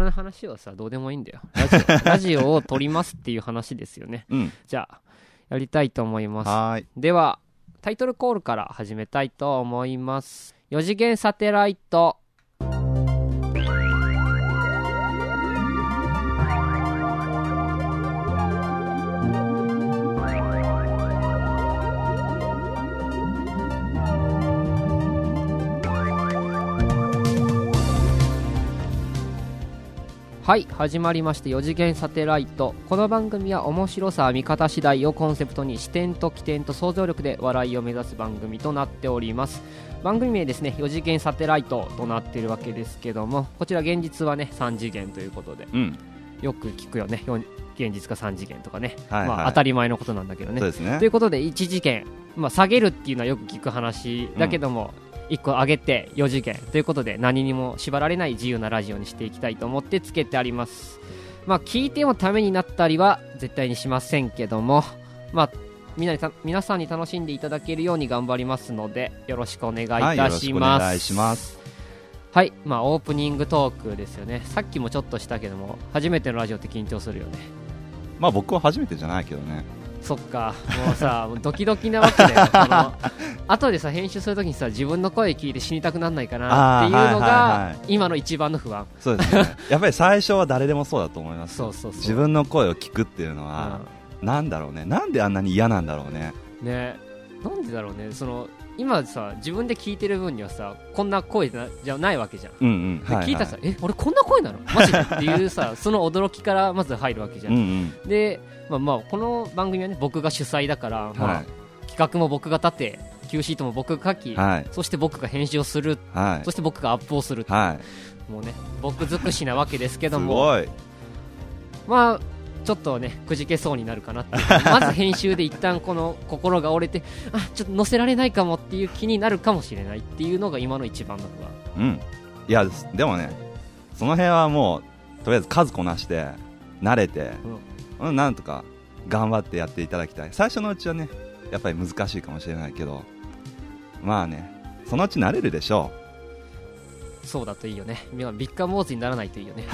の話はさどうでもいいんだよラジオラジ オを撮りますっていう話ですよねうん。じゃあやりたいと思いますはーい。ではタイトルコールから始めたいと思います4次元サテライトはい始まりまして4次元サテライトこの番組は面白さ見方次第をコンセプトに視点と起点と想像力で笑いを目指す番組となっております番組名ですね4次元サテライトとなっているわけですけどもこちら現実はね3次元ということでうん。よく聞くよねよん現実か3次元とかね、はいはいまあ、当たり前のことなんだけどねそうですねとい。うことで1次元、まあ、下げるっていうのはよく聞く話だけども、1個上げて4次元ということで何にも縛られない自由なラジオにしていきたいと思ってつけてありますまあ聞いてもためになったりは絶対にしませんけどもまあみんなにた皆さんに楽しんでいただけるように頑張りますのでよろしくお願いいはい、よたろししくおます、願いします。はいまあオープニングトークですよねさっきもちょっとしたけども初めてのラジオって緊張するよねまあ僕は初めてじゃないけどね。そっかもうさ もうドキドキなわけだ よこの後でさ編集するときにさ自分の声聞いて死にたくなんないかなっていうのあーはいはいがは今の一番の不安そうで すね。やっぱり最初は誰でもそうだと思います。そうそうそう自分の声を聞くっていうのは、なんだろうね。なんであんなに嫌なんだろうね。うんねなんでだろうねその今さ自分で聞いてる分にはさこんな声なじゃないわけじゃんでうんうん。はは聞いたらさ、え俺こんな声なのマジでっていうさ その驚きからまず入るわけじゃうんん、うん。で、まあ、まあこの番組はね僕が主催だから、まあは企画も僕が立て Q シートも僕が書き、い。はい。そして僕が編集をするはそして僕がアップをするい。はもうね僕尽くしなわけですけい。すどもごい。まあちょっとねくじけそうになるかな っていうまず編集で一旦この心が折れてあちょっと載せられないかもっていう気になるかもしれないっていうのが今の一番の不安うん。いや、ですでもね、その辺はもう、とりあえず数こなして、慣れて、うん、なんとか頑張ってやっていただきたい。最初のうちはね、やっぱり難しいかもしれないけど、まあね、そのうち慣れるでしょそうだといいよねいやビッカーモーズにならないとい いよね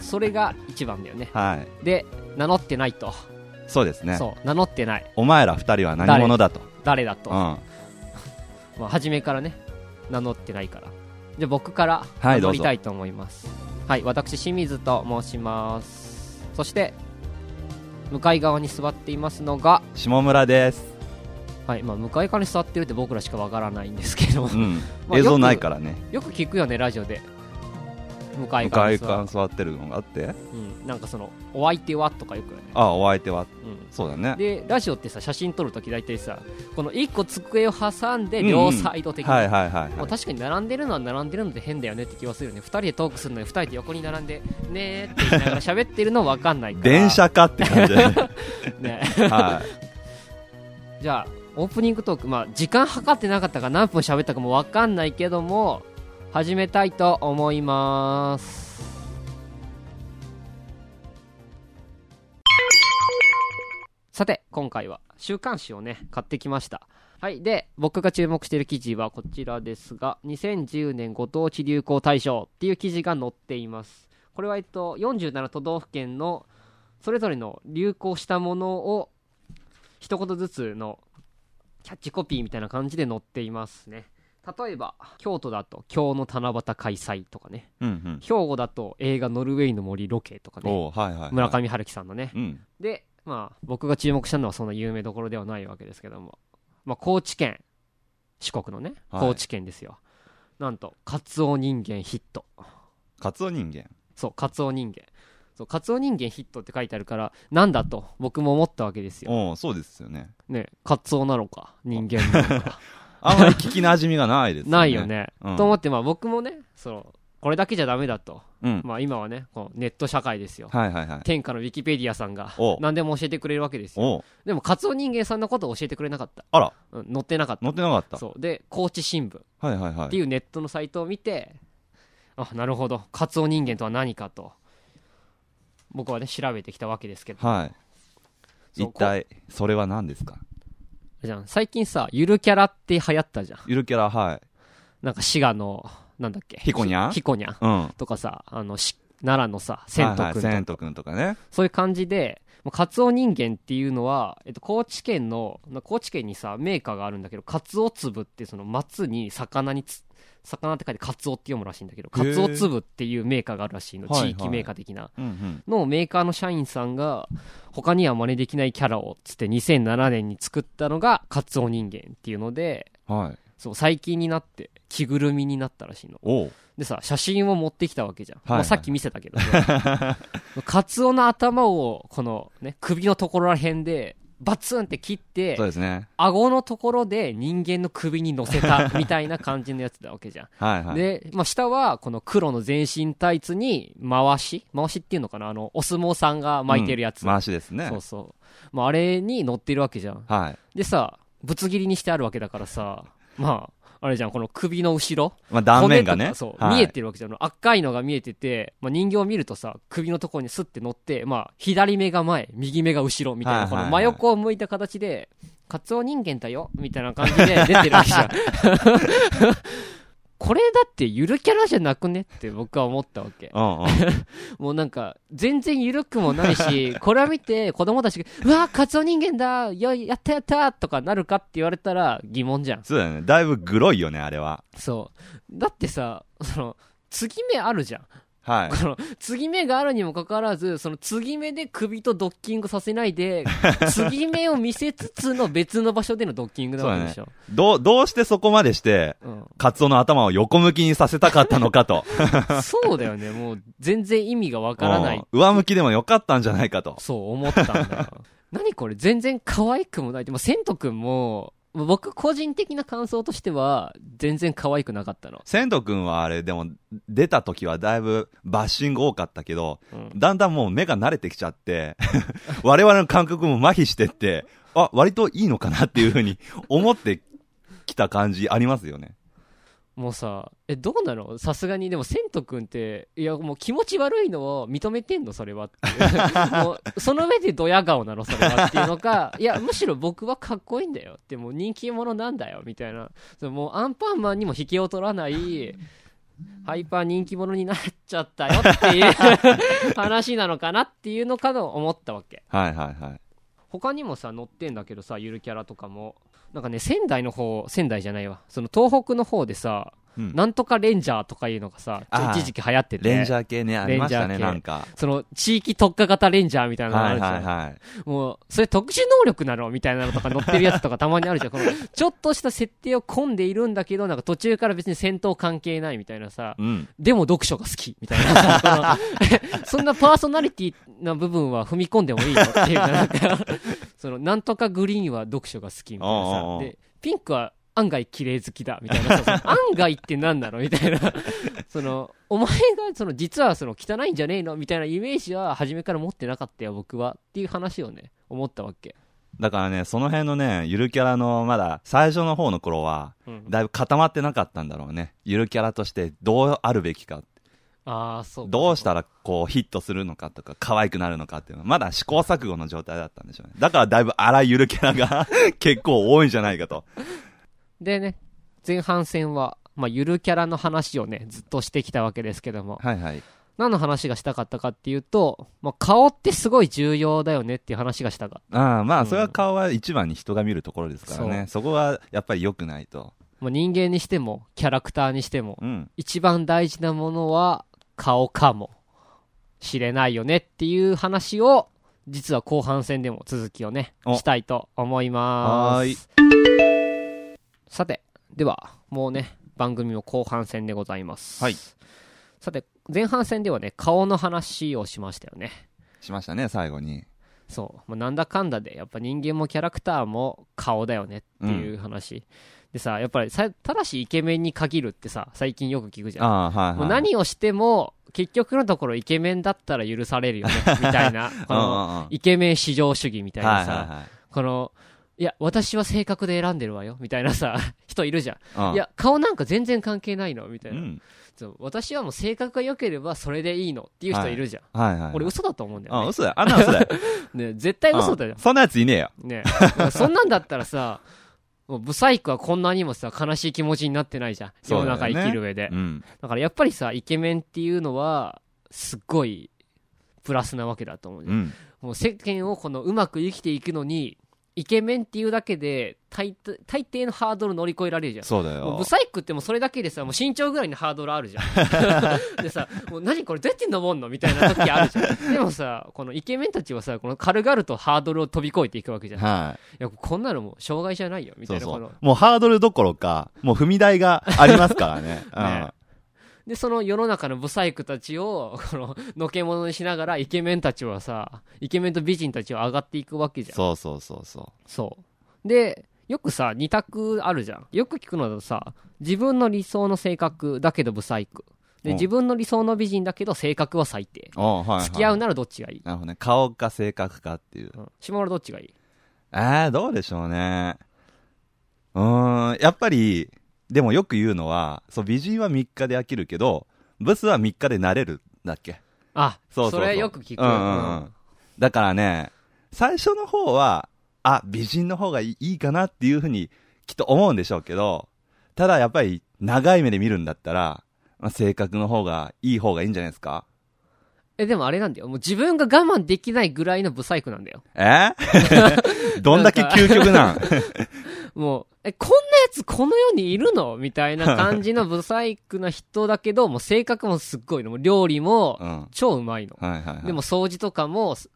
それが一番だよねう。はい。で名乗ってないと、そうですね。そう名乗ってないお前ら二人は何者だと。誰だと、うん。はまあ、初めからね名乗ってないからじゃあ僕からは名いど乗うりぞたいと思いますはい、私清水と申しますそして向かい側に座っていますのが、下 村です。はいまあ、向かい側に座ってるって僕らしかわからないんですけど うん。まあ映像よくないからね。よく聞くよねラジオで向かい向側かにい座側に座ってるのがあって。うん、なんかそのお相手はとかよくね、ああ、お相手は。うんそうだね。でラジオってさ写真撮るとき大体さこの1個机を挟んで両サイド的に、はいはいはい、まはあ、確かに並んでるのは並んでるので変だよねって気はするよね2人でトークするのに2人で横に並んでねーって言いながら喋ってるの分かんないい。から電車かって感じだね。ね はい。じゃあオープニングトーク、まあ、時間計ってなかったから何分喋ったかも分かんないけども始めたいと思いますさて今回は週刊誌をね買ってきましたはいで僕が注目している記事はこちらですが2010年ご当地流行大賞っていう記事が載っていますこれはえっと47都道府県のそれぞれの流行したものを一言ずつのキャッチコピーみたいな感じで載っていますね例えば京都だと「京の七夕開催」とかねうんうん。兵庫だと映画「ノルウェイの森ロケ」とかねおうはいはい、はい。村上春樹さんのねうん。でまあ僕が注目したのはそんな有名どころではないわけですけども、まあ、高知県四国のねはい高知県ですよ、なんと「カツオ人間ヒット」カツオ人間。そう「カツオ人間」そう「カツオ人間ヒット」って書いてあるからなんだと僕も思ったわけですよおうそうですよね。ねカツオなのか人間なのかあんまり聞きなじみがないですね。ないよ。ね、うんと思ってまあ僕もねそうこれだけじゃダメだと、うん。まあ今はねこうネット社会ですよはいはいはい。天下のウィキペディアさんがお何でも教えてくれるわけですよおうでもカツオ人間さんのことを教えてくれなかったあら、うん載ってなかっ載ってなかったた。そうで高知新聞っはいはいはてい。いうネットのサイトを見てあなるほどカツオ人間とは何かと僕はね調べてきたわけですけどはい。そう一体、それは何ですかじゃん最近さゆるキャラって流行ったじゃんゆるキャラ、はい。なんか滋賀のなんだっけひこにゃんひこにゃんうん。とかさあのし奈良のさ、千はといくはんい、とか千とくんとかね。そういう感じで、もうカツオ人間っていうのは、えっと、高知県の、な高知県にさ、メーカーがあるんだけど、カツオ粒っていうその松に魚につ、魚って書いてカツオって読むらしいんだけど、へカーツオ粒っていうメーカーがあるらしいの。はいは地い域メーカー的な。うんうん。のメーカーの社員さんが、他には真似できないキャラを、つって2007年に作ったのが、カツオ人間っていうので、はい。そう、最近になって、着ぐるみになったらしいの。おう。でさ、写真を持ってきたわけじゃん。いまあ、さっき見せたけ ど、カツオの頭を、このね、首のところら辺で、バツンって切ってそう、ですね。顎のところで人間の首に乗せ た、みたいな感じのやつだわけじゃん。はいはい。で、まあ、下は、この黒の全身タイツに、回し回しっていうのかなあの、お相撲さんが巻いてるやつ。うん回しですねそ。うそう。まあ、あれに乗ってるわけじゃん。はい。でさ、ぶつ切りにしてあるわけだからさ、まあ、あれじゃん、この首の後ろまあ断面が骨とねか。そう、はい見えてるわけじゃん。赤いのが見えてて、まあ、人形を見るとさ、首のところにスッて乗って、まあ、左目が前、右目が後ろみたいな、はいはいはいこの真横を向いた形で、カツオ人間だよみたいな感じで出てるわけじゃん。これだってゆるキャラじゃなくねって僕は思ったわけ。うんうん。もうなんか、全然ゆるくもない し、これを見て子供たちが、うわー、カツオ人間だよやったやったとかなるかって言われたら疑問じゃん。そうだよね。だいぶグロいよね、あれは。そう。だってさ、その、継ぎ目あるじゃん。 はい。この、継ぎ目があるにもかかわらず、その継ぎ目で首とドッキングさせない で、継ぎ目を見せつつの別の場所でのドッキングなわけでしょ。どう、どうしてそこまでして、うんカツオの頭を横向きにさせたかった のかと。そうだよね。もう全然意味がわからない。うん上向きでもよかったんじゃないかと。そう思ったんだよ。 何これ全然可愛くもない。でも、セント君も、僕個人的な感想としては、全然可愛くなかったの。千とくんはあれ、でも、出た時はだいぶバッシング多かったけど、うんだんだんもう目が慣れてきちゃって、 我々の感覚も麻痺してって、あ、割といいのかなっていうふうに思ってきた感じありますよね。もうさ、え、どうなのさすがに、でも、セント君って、いや、もう気持ち悪いのを認めてんのそれはっていう。もう、その上でドヤ顔なのそれはっていうのか、いや、むしろ僕はかっこいいんだよって、もう人気者なんだよ、みたいな。そのもう、アンパンマンにも引けを取らない、ハイパー人気者になっちゃったよっていう話なのかなっていうのかと思ったわけ。はいはいはい。他にもさ乗ってんだけどさゆるキャラとかもなんかね仙台の方仙台じゃないわその東北の方でさ、うんなんとかレンジャーとかいうのがさちょあー一時期流行っててレンジャー系ね、ありましたレね、ンジャー系なんか。その地域特化型レンジャーみたいなのがあはいるじゃん、はいはい。もうそれ特殊能力なのみたいなのとか乗ってるやつとかたまにあるじゃんこのちょっとした設定を込んでいるんだけどなんか途中から別に戦闘関係ないみたいなさうん。でも読書が好きみたいな さそのそんなパーソナリティな部分は踏み込んでもいいよっていうかなんかそのなんとかグリーンは読書が好きみたいなおうおうおさうでピンクは案外綺麗好きだみたいなさその 案外って何なのみたいなそのお前がその実はその汚いんじゃねえのみたいなイメージは初めから持ってなかったよ僕はっていう話をね思ったわけ、だからね、その辺のね、ゆるキャラのまだ最初の方の頃は、うんだいぶ固まってなかったんだろうね。ゆるキャラとしてどうあるべきか。ああそうかどうしたらこうヒットするのかとか、可愛くなるのかっていうのは、まだ試行錯誤の状態だったんでしょうね。だからだいぶ荒いゆるキャラが 結構多いんじゃないかと。でね前半戦は、まあ、ゆるキャラの話をねずっとしてきたわけですけどもはいはい。何の話がしたかったかっていうと、まあ、顔ってすごい重要だよねっていう話がしたかっああまうあ、んそれは顔は一番に人が見るところですからね。そうそこはやっぱり良くないと。た、まあ、人間にしてもキャラクターにしてもうん。一番大事なものは顔かもしれないよねっていう話を実は後半戦でも続きをねおしたいと思いますはーいさてではもうね番組も後半戦でございます、はいさて前半戦ではね顔の話をしましたよねしましたね、最後に。そう、まあ、なんだかんだでやっぱ人間もキャラクターも顔だよねっていう話、でさやっぱりさただしイケメンに限るってさ最近よく聞くじゃん、ああ、はいはい。もう何をしても結局のところイケメンだったら許されるよねみたい なこのうんうんうんイケメン至上主義みたいはないさ、はこのいや私は性格で選んでるわよみたいなさ 人いるじゃん、いはい。うんい、や顔なんか全然関係ないのみたいうな、ん。そう私はもう性格が良ければそれでいいのっていう人いるじゃん、はいはい。俺嘘だと思うんだよあ、ね嘘だよ。あんな嘘だよ。ね絶対 嘘だようんそんなやついねえよ。ねえだからそんなんだったらさ、もうブサイクはこんなにもさ、悲しい気持ちになってないじゃん。世の中そうだ生よねきる上で。だうん。からやっぱりさ、イケメンっていうのは、すっごいプラスなわけだと思う、うん。もう世間をこのうまく生きていくのにイケメンっていうだけで大抵大抵のハードル乗り越えられるじゃんそうだもうよブ。サイクってもうそれだけでさもう身長ぐらいのハードルあるじゃん でさもう何これどうやって登んのみたいな時あるじゃんでもさこのイケメンたちはさこの軽々とハードルを飛び越えていくわけじゃんいはやこんなのもう障害じゃないよい。みたそいうなそこのう。もうハードルどころか、もう踏み台がありますからね。 ねでその世の中のブサイクたちを こののけ者にしながらイケメンたちはさイケメンと美人たちは上がっていくわけうじん。ゃんそうそうそうそそうでよくさ二択あるじゃんよく聞くのだとさ自分の理想の性格だけどブサイクでうん自分の理想の美人だけど性格は最低う。おうはいはい。付き合うならどっちがいい、なるほどね。顔か性格かっていう。うん、下村どっちがいいえー、どうでしょうね。うーん、やっぱり、でもよく言うのは、そう、美人は3日で飽きるけど、ブスは3日で慣れるんだっけ。あそうそうそうれよく聞く、うんうんうんだからね、最初の方は、あ、美人の方がいいいいかなっていうふうに、きっと思うんでしょうけど、ただやっぱり、長い目で見るんだったら、まあ、性格の方がいい方がいいんじゃないですかえでもあれなんだよもう自分が我慢できないぐらいのブサイクなんだよ えどんだけ究極なんもうえこんなやつこの世にいるのみたいな感じのブサイクな人だけ どもう性格もすっごいのもう料理もうん。は超うまいのいはいはい。でも掃除とかも、す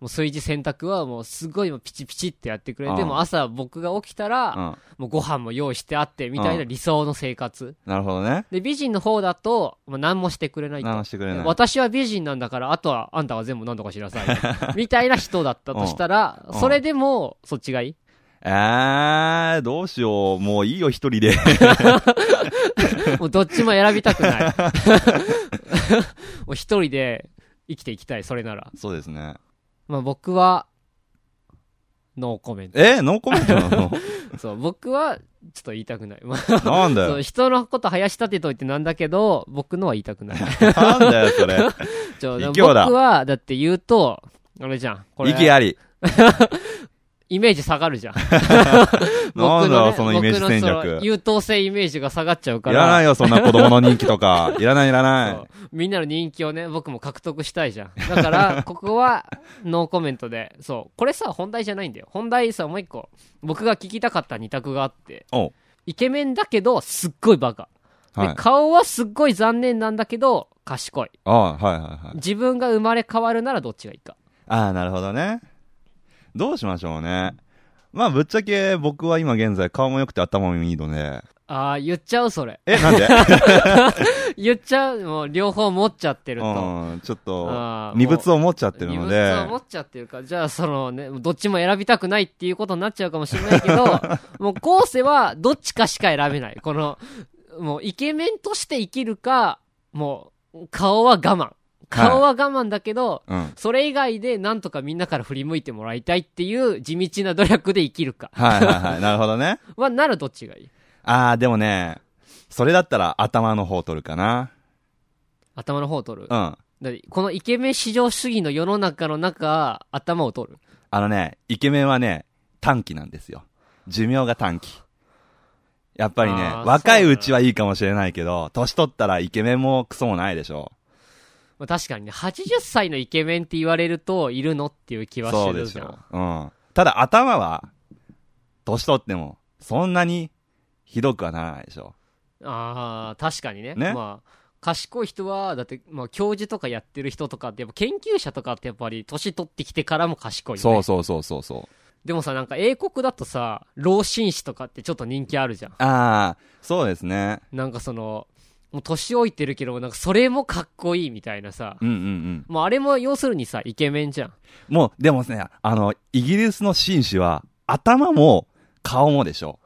もう炊事洗濯はもうすごいもうピチピチってやってくれて、うんもう朝僕が起きたうら、ん。もうご飯も用意してあって、みたいなうん理想の生活。なるほどね。で、美人の方だと、もう何もしてくれないと。何もしてくれない。私は美人なんだから、あとはあんたは全部何とかしなさ い。みたいな人だったとしたら、うんそれでも、そっちがいいえー、どうしよう。もういいよ、一人で。 もうどっちも選びたくない。 もう一人で生きていきたい、それなら。そうですね。まあ僕は、ノーコメント。えノーコメントな のそう、僕は、ちょっと言いたくない。まあなんだそうよ。人のこと林立てといてなんだけど、僕のは言いたくない。なんだよ、それ。ち ょ卑怯だ僕は、だって言うと、あれじゃん。 これ、息あり。イメージ下がるじゃん。なん僕のだよ、ねそのイメージ戦僕のその略。い優等生イメージが下がっちゃうから。らないよ、そんな子供の人気と か。いらない、いらない。そうみんなの人気をね、僕も獲得したいじゃん。だから、 ここは、ノーコメントで。そう。これさ、本題じゃないんだよ。本題さ、もう一個。僕が聞きたかった二択があって。おうイケメンだけど、すっごいバカ。はい。であ顔はすっごい残念なんだけど、賢い。あはいはいはい。自分が生まれ変わるならどっちがいいか。ああ、なるほどね。どうしましょうね。まあ、ぶっちゃけ僕は今現在顔も良くて頭もいいので。ああ、言っちゃう、それ。え、なんで言っちゃう、もう両方持っちゃってると。うん、ちょっあと、ー二物を持っちゃってる自の分で。は持っちゃってるから、じゃあ、そのね、どっちも選びたくないっていうことになっちゃうかもしれないけど、 もう後世はどっちかしか選べない。この、もうイケメンとして生きるか、もう、顔は我慢。顔は我慢だけど、うん。それ以外でなんとかみんなから振り向いてもらいたいっていう地道な努力で生きるか。はいはいはい。なるほどね。は、ならどっちがいいあー、でもね、それだったら頭の方取るかな。頭の方を取る。うん。だってこのイケメン至上主義の世の中の中、頭を取る。あのね、イケメンはね、短期なんですよ。寿命が短期。やっぱりねあー、若いうちはいいかもしれないけど、年取ったらイケメンもクソもないでしょ。まあ、確かにね、80歳のイケメンって言われると、いるのっていう気はそすうでるしじゃん。ょ。うん。ただ頭は、年取っても、そんなに、ひどくはならないでしょ。ああ、確かにね。ねまあ、賢い人は、だって、まあ、教授とかやってる人とかって、やっぱ研究者とかってやっぱり、年取ってきてからも賢いよね。そうそうそうそうそう。でもさ、なんか英国だとさ、老紳士とかってちょっと人気あるじゃん。あー、そうですね。なんかその、もう年老いてるけど、なんかそれもかっこいいみたいなさ。うんうんうん。もうあれも要するにさ、イケメンじゃん。もう、でもね、あの、イギリスの紳士は、頭も、顔もでしょ。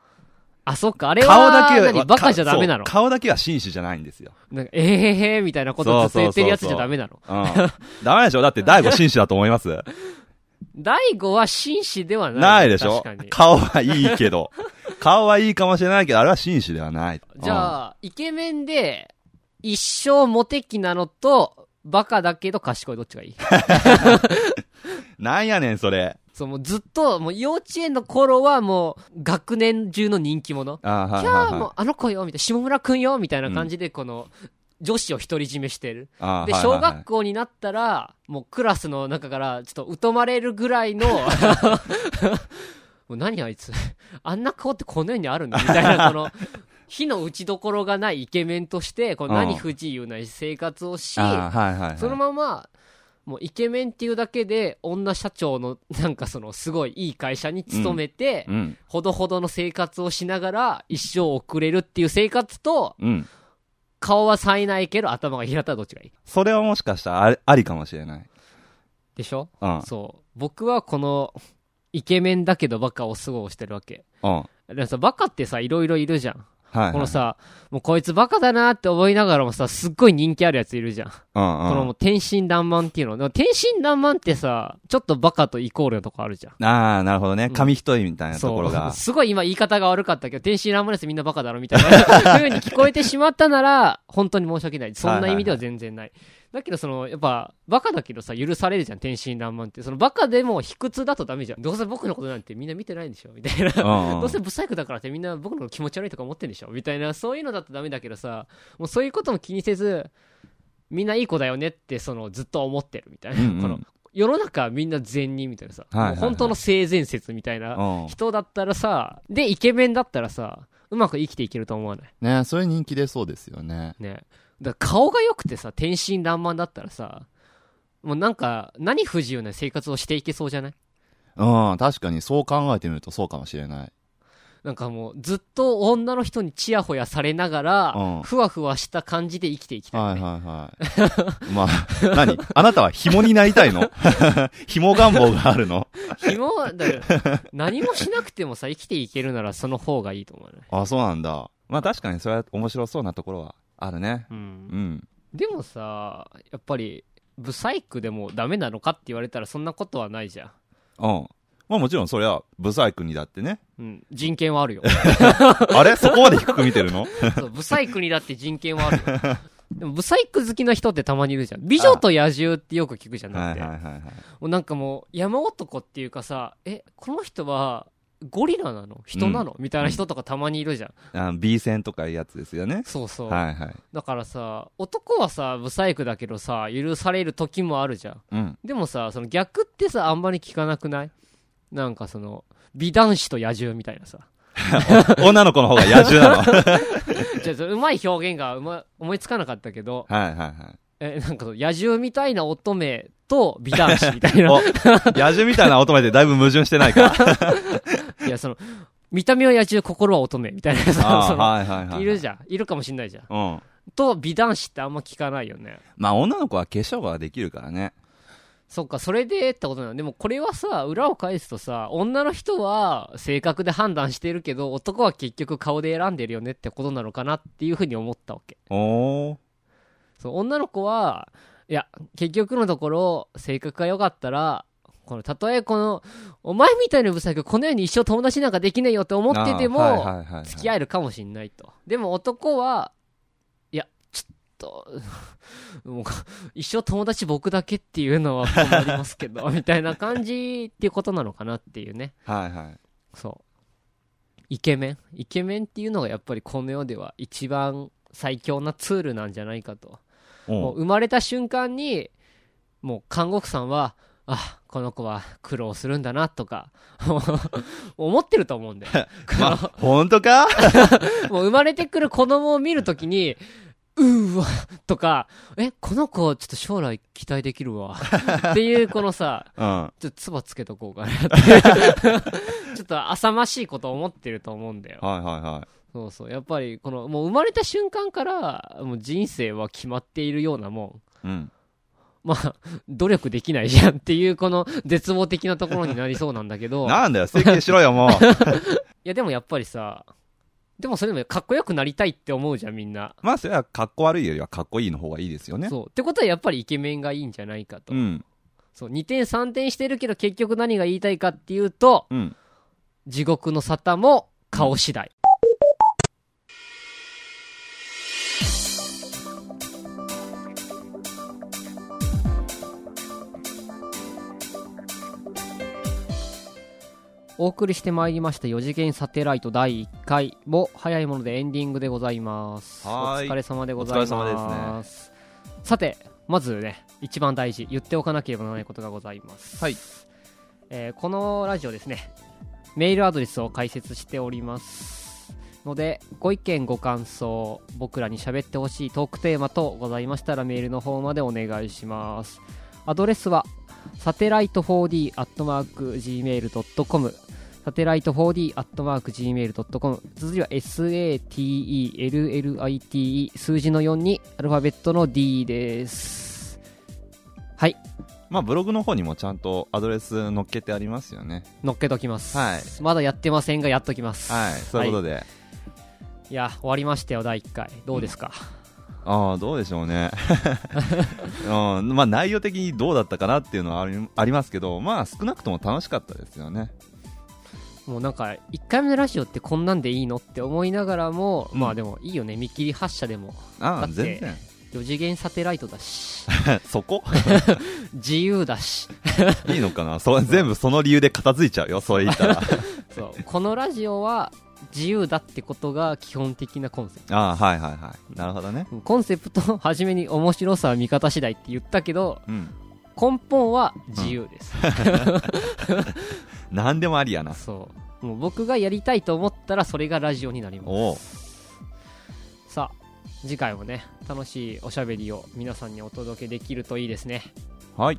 あ、そっか、あれは、顔だけ何バカじゃダメなのそう顔だけは紳士じゃないんですよ。なんか、えーへーへーみたいなことずっと言ってるやつじゃダメなの。うん。ダメでしょだって、大悟紳士だと思います 大悟は紳士ではない。ないでしょ確かに。顔はいい けど。顔はいいかもしれないけど、あれは紳士ではない。じゃあ、イケメンで、一生モテ期なのと、バカだけど賢いどっちがいい うん。なんやねん、それ。そう、もうずっと、もう幼稚園の頃はもう、学年中の人気者。あーはいキャはーいもはうあの子よみたいな、下村くんよみたいな感じで、この、女子を独り占めしてる。あーで、はいは小いはい学校になったら、もうクラスの中から、ちょっと疎まれるぐらいの、 もう何あいつ、あんな顔ってこの世にあるんだみたい な、この、火の打ちどころがないイケメンとして、このう何ん不自由ない生活をし、あーはいはいはいそのまま、もうイケメンっていうだけで、女社長の、なんかその、すごいいい会社に勤めて、うんほどほどの生活をしながら、一生送れるっていう生活と、うん顔は冴えないけど、頭が平たらどっちがいいそれはもしかしたらありありかもしれないでしょうんそう。僕はこの、イケメンだけどバカをすごいしてるわけ。うんはいでもさ、バカってさ、いろいろいるじゃん。はいこのさ、もうこいつバカだなって思いながらもさ、すっごい人気あるやついるじゃん。うんうんこのもう天真爛漫っていうの。でも天真爛漫ってさ、ちょっとバカとイコールのとこあるじゃん。ああなるほどね紙一重みたいなところそう。がすごい今言い方が悪かったけど、天真爛漫ですみんなバカだろみたい な風に聞こえてしまったなら、本当に申し訳ない。そんな意味では全然ない。だけどその、やっぱ、バカだけどさ、許されるじゃん、天真爛漫って。そのバカでも卑屈だとダメじゃん。どうせ僕のことなんてみんな見てないんでしょみたいな。うんうん どうせブサイクだからってみんな僕のこと気持ち悪いとか思ってんでしょみたいな、そういうのだとダメだけどさ、もうそういうことも気にせず、みんないい子だよねって、その、ずっと思ってるみたいな。うんうんこの、世の中はみんな善人みたいなさ、はいはいはいもう本当の性善説みたいなうん人だったらさでイケメンだったらさうまく生きていけると思わないねそれ人気出そうですよねねだから顔が良くてさ天真爛漫だったらさもうなんか何不自由な生活をしていけそうじゃないうん確かにそう考えてみるとそうかもしれないなんかもうずっと女の人にチヤホヤされながうらんふわふわした感じで生きていきたい、ねはいはいはい。まあ、何あなたは紐になりたい の紐願望があるの紐はだから何もしなくてもさ生きていけるならその方がいいと思わない、あ、そうなんだ。まあ確かにそれは面白そうなところはあるねうんうんでもさやっぱりブサイクでもダメなのかって言われたらそんなことはないじゃんうんまあもちろんそれはブサイクにだってねうん、人権はあるよ。あれ そこまで低く見てるのそう、ブサイクにだって人権はあるよ。 でも、ブサイク好きな人ってたまにいるじゃん。美女と野獣ってよく聞くじゃん。だはっいて。はいもはいはいうなんかもう、山男っていうかさ、え、この人は、ゴリラなの人なの、みたいな人とかたまにいるじゃん。あ B 線とかいうやつですよねそうそう。はいはいだからさ、男はさ、ブサイクだけどさ、許される時もあるじゃん。うんでもさ、その逆ってさ、あんまり聞かなくないなんかその、美男子と野獣みたいなさ。女の子の方が野獣なの はいじゃあその、うまい表現がうま思いつかなかったけど、はいはいえ、なんかそう、野獣みたいな乙女と美男子みたいな。お、野獣みたいな乙女でだいぶ矛盾してない か。い や、その、見た目は野獣、心は乙女みたいなさ、その、はいはいいるじゃん。いるかもしんないじゃん。うん。と、美男子ってあんま聞かないよね。まあ女の子は化粧ができるからね。そっか、それでってことなの。でもこれはさ、裏を返すとさ、女の人は性格で判断してるけど、男は結局顔で選んでるよねってことなのかなっていうふうに思ったわけ。おー。そう女の子はいや結局のところ性格が良かったらこのたとえこのお前みたいなブサイクこの世に一生友達なんかできねえよって思っててあーはいもはいはいはい付き合えるかもしんないとでも男はいやちょっと もう一生友達僕だけっていうのは困りますけ どみたいな感じっていうことなのかなっていうねはいはい。そうイケメンイケメンっていうのがやっぱりこの世では一番最強なツールなんじゃないかともう生まれた瞬間にもう看護婦さんはあこの子は苦労するんだなとか 思ってると思うんだよ まあ、ほんとか もう生まれてくる子供を見るときにうーわとかえこの子ちょっと将来期待できる わっていうこのさうん。ちょっと唾つけとこうかなって いうちょっと浅ましいことを思ってると思うんだよはいはいはい。そうそうやっぱりこのもう生まれた瞬間からもう人生は決まっているようなもんうん。まあ、努力できないじゃんっていう、この絶望的なところになりそうなんだけど、い なんだよ、整形しろ よ、もう。や、でもやっぱりさ、でもそれでもかっこよくなりたいって思うじゃん、みんな。まあ、それはかっこ悪いよりはかっこいいの方がいいですよね。そう。ってことはやっぱりイケメンがいいんじゃないかと。うん。そう、2点3点してるけど結局何が言いたいかっていうと、うん。地獄の沙汰も顔次第。お送りしてまいりました4次元サテライト第1回も早いものでエンディングでございますはーいお疲れ様でございますお疲れ様です、さてまずね一番大事言っておかなければならないことがございますはい、えーこのラジオですねメールアドレスを開設しておりますのでご意見ご感想僕らに喋ってほしいトークテーマ等ございましたらメールの方までお願いしますアドレスはサテライト 4d.gmail.com サテライト 4d.gmail.com 続きは SATELLITE 数字の4にアルファベットの D ですはいまあブログの方にもちゃんとアドレス載っけてありますよね乗っけときます、はいまだやってませんがやっときます、はいそういうことで、いや終わりましたよ第1回どうですか、ああどうでしょ うね、うん、まあ内容的にどうだったかなっていうのはありありますけどまあ少なくとも楽しかったですよねもうなんか1回目のラジオってこんなんでいいのって思いながらも、うんまあでもいいよね見切り発車でもあだあって全然4次元サテライトだ しそこ自由だしいいのかなそう全部その理由で片付いちゃうよそう言ったらそうこのラジオは自由だってことが基本的なコンセプトああはいはいはいなるほどねコンセプトの初めに面白さは見方次第って言ったけどうん根本は自由です、何でもありやなそうもう僕がやりたいと思ったらそれがラジオになりますおうさあ次回もね楽しいおしゃべりを皆さんにお届けできるといいですねはい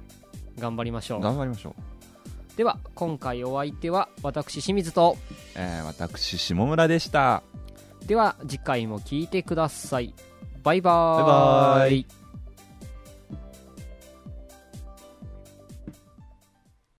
頑張りましょう頑張りましょうでは今回お相手は私清水とえー、私下村でしたでは次回も聞いてくださいバイバーバイバーイ